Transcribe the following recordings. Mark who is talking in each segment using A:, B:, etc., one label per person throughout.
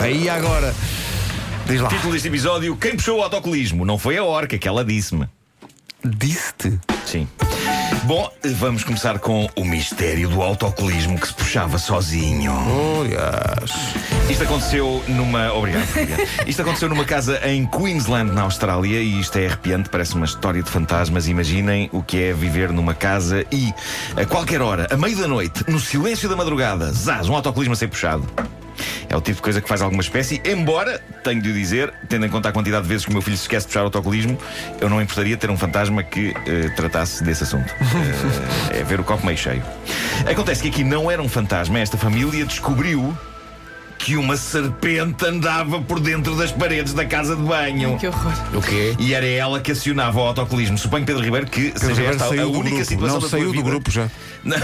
A: Aí agora. Diz lá.
B: Título deste episódio: Quem puxou o autocolismo? Não foi a orca que ela disse-me.
A: Disse-te.
B: Sim. Bom, vamos começar com o mistério do autocolismo que se puxava sozinho.
A: Oh, yes.
B: Isto aconteceu numa. Obrigado. obrigado. Isto aconteceu numa casa em Queensland, na Austrália, e isto é arrepiante, parece uma história de fantasmas. Imaginem o que é viver numa casa e, a qualquer hora, a meio da noite, no silêncio da madrugada, zaz, um autocolismo a ser puxado. É o tipo de coisa que faz alguma espécie, embora, tenho de o dizer, tendo em conta a quantidade de vezes que o meu filho se esquece de puxar autocolismo, eu não importaria ter um fantasma que eh, tratasse desse assunto. Eh, é ver o copo meio cheio. Acontece que aqui não era um fantasma, esta família descobriu que uma serpente andava por dentro das paredes da casa de banho.
C: Que horror.
A: O quê?
B: E era ela que acionava o autocolismo. Suponho, Pedro Ribeiro, que
A: Pedro
B: seja
A: Ribeiro
B: esta a
A: saiu do
B: única
A: grupo.
B: situação
A: Não
B: da
A: saiu do
B: tua vida. É
A: grupo já.
B: Não.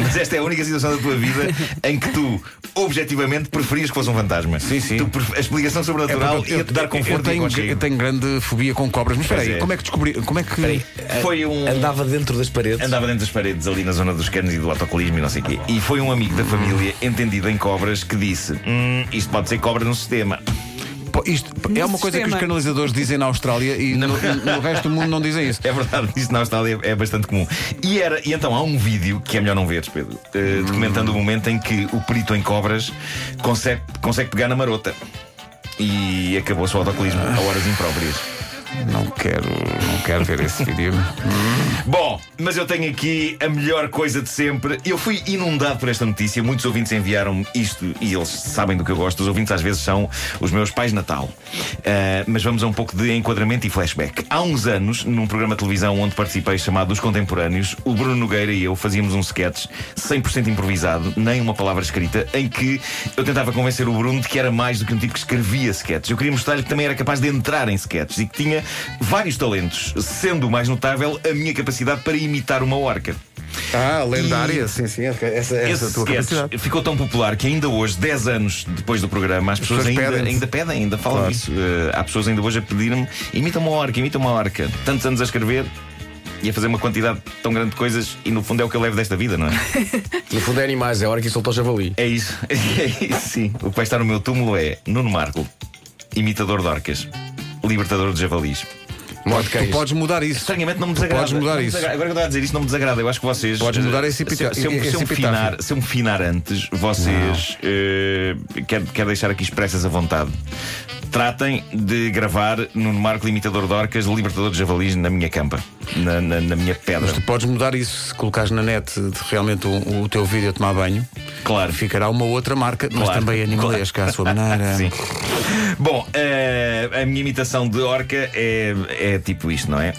B: Mas esta é a única situação da tua vida em que tu, objetivamente, preferias que fosse um fantasma.
A: Sim, sim. É
B: Tu pref- a explicação sobrenatural ia-te dar
A: eu,
B: conforto e
A: tenho,
B: aconchego.
A: eu tenho grande fobia com cobras. Mas espera aí,
B: Pois é.
A: como é que descobri. Como é que.
B: Foi um.
D: Andava dentro das paredes.
B: Andava dentro das paredes ali na zona dos canos e do autocolismo e não sei o quê. E foi um amigo da família entendido em cobras que disse: Hum, isto pode ser cobra no sistema.
A: Pô, isto é uma coisa que os
C: sistema.
A: canalizadores dizem na Austrália e no, no resto do mundo não dizem isso.
B: É verdade, isso na Austrália é bastante comum. E, era, e então há um vídeo que é melhor não veres, Pedro, eh, documentando o momento em que o perito em cobras consegue, consegue pegar na marota. E acabou-se o autocolismo a horas impróprias.
A: Não quero, não quero ver esse vídeo.
B: Bom, mas eu tenho aqui a melhor coisa de sempre. Eu fui inundado por esta notícia. Muitos ouvintes enviaram-me isto e eles sabem do que eu gosto. Os ouvintes às vezes são os meus pais de Natal. Ah, mas vamos a um pouco de enquadramento e flashback. Há uns anos, num programa de televisão onde participei chamado Os Contemporâneos, o Bruno Nogueira e eu fazíamos um sketch 100% improvisado, nem uma palavra escrita, em que eu tentava convencer o Bruno de que era mais do que um tipo que escrevia sketches. Eu queria mostrar-lhe que também era capaz de entrar em sketches e que tinha vários talentos, sendo o mais notável a minha capacidade para imitar uma orca.
A: Ah, lendária, sim, sim. Essa, é
B: Esse sketch ficou tão popular que ainda hoje, 10 anos depois do programa, as pessoas,
A: pessoas
B: ainda,
A: pedem-te.
B: ainda pedem, ainda falam
A: Claro.
B: disso. Eh, há pessoas ainda hoje a pedir-me: imita uma orca, imita uma orca. Tantos anos a escrever e a fazer uma quantidade tão grande de coisas, e no fundo é o que eu levo desta vida, não é?
D: No fundo é animais, é a hora que soltou o javali.
B: É isso, é isso, sim. O que vai estar no meu túmulo é Nuno Marco, imitador de orcas, libertador de javalis.
D: Morte
A: Tu
B: é
D: cães.
A: podes mudar isso.
B: Estranhamente não me desagrada.
A: podes mudar
B: Não me
A: isso.
B: desagrada. Agora que eu estou a dizer isto, não me desagrada. Eu acho que vocês.
A: Podes mudar
B: eh,
A: esse epita-
B: se, eu- se, eu-
A: esse
B: se eu me
A: epitáfio.
B: finar, se eu me finar antes, vocês. eh, quero, quero deixar aqui expressas à vontade. Tratem de gravar Nuno Marco, limitador de orcas, libertador de javalis na minha campa, na, na- na minha pedra.
A: Tu podes mudar isso se colocares na net de- realmente o, o teu vídeo a tomar banho.
B: Claro.
A: Ficará uma outra marca, mas
B: Claro,
A: também animalesca à sua maneira.
B: Sim. Bom, eh, a minha imitação de orca é, é tipo isto, não é?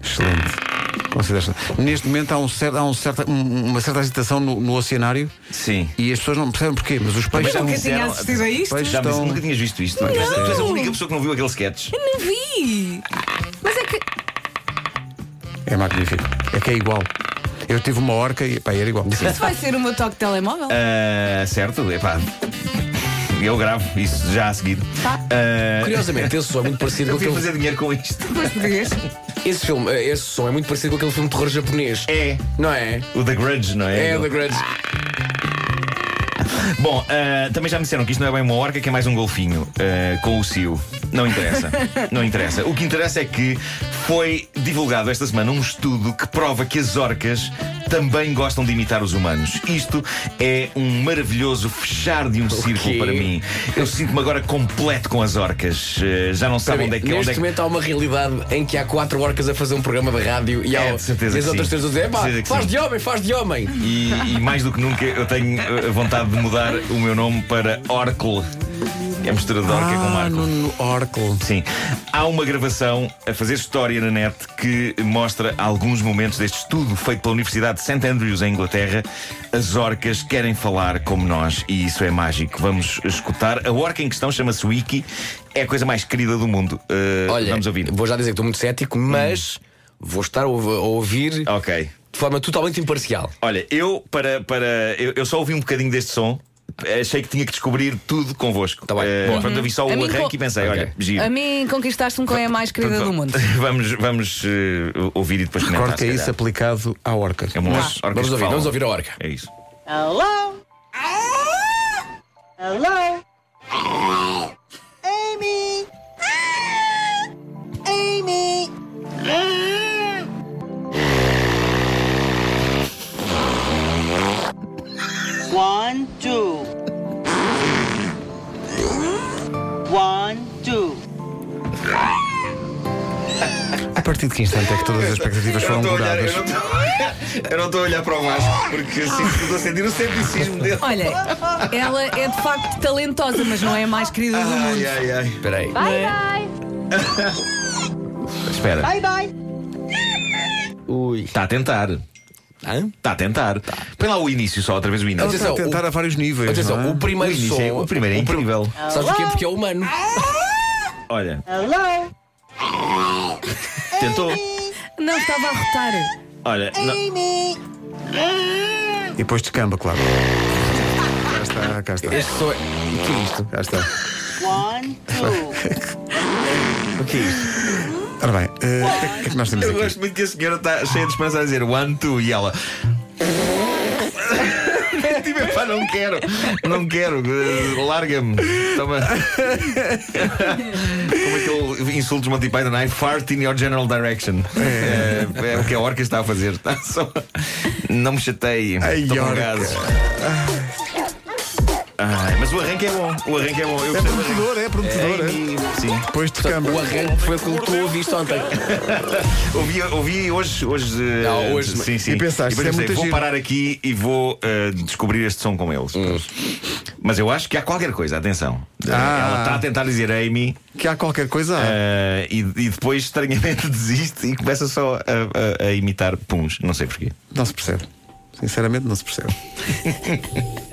A: Excelente. Considero excelente. Neste momento há, um certo, há um certa, um- uma certa agitação no, no oceanário
B: Sim.
A: e as pessoas não percebem porquê, mas os peixes
B: Mas
A: estão.
B: não
C: Nunca
B: fizeram-
C: tinha assistido a isto?
A: Pois.
B: Já me disse,
A: Estão-
B: nunca tinhas visto isto. Tu és a única pessoa que não viu aquele sketch.
C: Eu não vi. Mas é que.
A: É magnífico. É que é igual. Eu tive uma orca e pá, era igual.
C: Isso vai ser o meu toque de telemóvel?
B: Ah, certo, epá. Eu gravo isso já a seguir.
C: Tá.
B: Ah,
D: Curiosamente, esse som é muito parecido com
B: eu queria
D: aquele.
B: fazer dinheiro com isto.
C: Depois português.
D: Esse filme, eh, esse som é muito parecido com aquele filme de terror japonês.
B: É.
D: Não é?
B: O The Grudge, não é?
D: É The Grudge.
B: Bom, ah, também já me disseram que isto não é bem uma orca, que é mais um golfinho ah, com o cio. Não interessa. não interessa. O que interessa é que foi divulgado esta semana um estudo que prova que as orcas também gostam de imitar os humanos. Isto é um maravilhoso fechar de um círculo
D: quê?
B: para mim. Eu sinto-me agora completo com as orcas. Ah, já não
D: Espera aí,
B: sabem onde é que onde é
D: Neste
B: que-
D: momento há uma realidade em que há quatro orcas a fazer um programa de rádio e há
B: É, de certeza
D: e as
B: que
D: outras
B: sim.
D: três a dizer: "Epá,
B: De certeza que
D: faz
B: sim.
D: de homem, faz de homem.
B: E, e mais do que nunca eu tenho eh, vontade de mudar o meu nome para Oracle. É a mistura de orca com
A: Ah,
B: Marco.
A: no, no Oracle.
B: Sim. Há uma gravação a fazer história na net que mostra alguns momentos deste estudo feito pela Universidade de St. Andrews, em Inglaterra. As orcas querem falar como nós e isso é mágico. Vamos escutar. A orca em questão chama-se Wiki. É a coisa mais querida do mundo. Eh,
D: Olha,
B: vamos ouvir. Hum.
D: vou já dizer que estou muito cético, mas vou estar a ouv- a ouvir
B: Ok.
D: de forma totalmente imparcial.
B: Olha, eu para, para eu, eu só ouvi um bocadinho deste som achei que tinha que descobrir tudo convosco.
D: Tá bem,
B: Eh,
D: boa.
B: Quando eu vi só o
C: Uhum. A mim
B: arranque
C: co-
B: e pensei,
D: Ok.
B: olha, giro.
C: A mim conquistaste-me com a mais querida do mundo.
B: Vamos, vamos eh, ouvir e depois comentar.
A: Recordo que é
B: se
A: isso
B: calhar.
A: aplicado à orca.
B: É uma orquestra
D: Vamos
B: que
D: ouvir,
B: fala.
D: vamos ouvir a orca.
B: É isso.
E: Hello? Hello? Amy? Amy? One, two. One, two.
A: A partir de que instante é que todas as expectativas
B: Eu
A: foram
B: não estou a olhar,
A: dobradas?
B: eu não estou- eu não estou a olhar para o Vasco porque sinto que estou a sentir o ceticismo dele.
C: Olha, ela é de facto talentosa, mas não é a mais querida
D: Ah,
C: do
B: Ai,
C: mundo.
B: ai, ai.
D: Espera aí.
B: Espera,
E: Bye bye.
D: Ui.
B: está a tentar.
D: Hã?
B: Está a tentar.
D: Tá.
B: Põe lá o início só, outra vez o início.
A: Está a tentar a vários níveis.
D: Atenção,
A: não é?
D: o
B: O,
D: primeiro
B: início, é-
D: som.
B: o primeiro é
D: o pr-
B: incrível.
D: Sabes porquê? Porque é humano.
B: Olha,
E: Hello?
B: tentou.
C: Não estava a rotar.
B: Olha, não-
E: Amy?
A: E depois descamba, claro. cá está, cá está.
D: Este som é.
A: que é isto? Cá está.
E: One, two.
B: o que é isto?
A: Ora bem, eh, o que é- o que é que nós temos
B: Eu
A: aqui?
B: gosto muito que a senhora está cheia de esperança a dizer one, two e ela. Tipo, pá, não quero, não quero, eh, larga-me. Toma. Como aquele insulto de Monty Python, I fart in your general direction. É, é o que a orca está a fazer. Tá só- Não me um chateie.
A: Ai,
B: Estou com
A: orca.
B: gases. Ai, mas o arranque é bom, o arranque é bom. Eu
A: É
B: gostei do arranque.
A: prometedor, é prometedor. é.
B: Amy, Sim.
A: Depois descamba.
D: O arranque foi aquilo que tu ouviste ontem.
B: Ouvi, ouvi hoje, hoje, eh,
D: Não, hoje-
B: sim, sim.
A: e pensaste,
B: depois
A: isso é
B: pensei,
A: muito
B: vou
A: giro.
B: parar aqui e vou eh, descobrir este som com eles. Mas eu acho que há qualquer coisa, atenção.
A: Hum.
B: Eh,
A: Ah.
B: Ela está a tentar dizer é Amy
A: Que há qualquer coisa. há.
B: eh, e, e depois estranhamente desiste e começa só a, a- a imitar puns, não sei porquê.
A: Não se percebe. Sinceramente, não se percebe.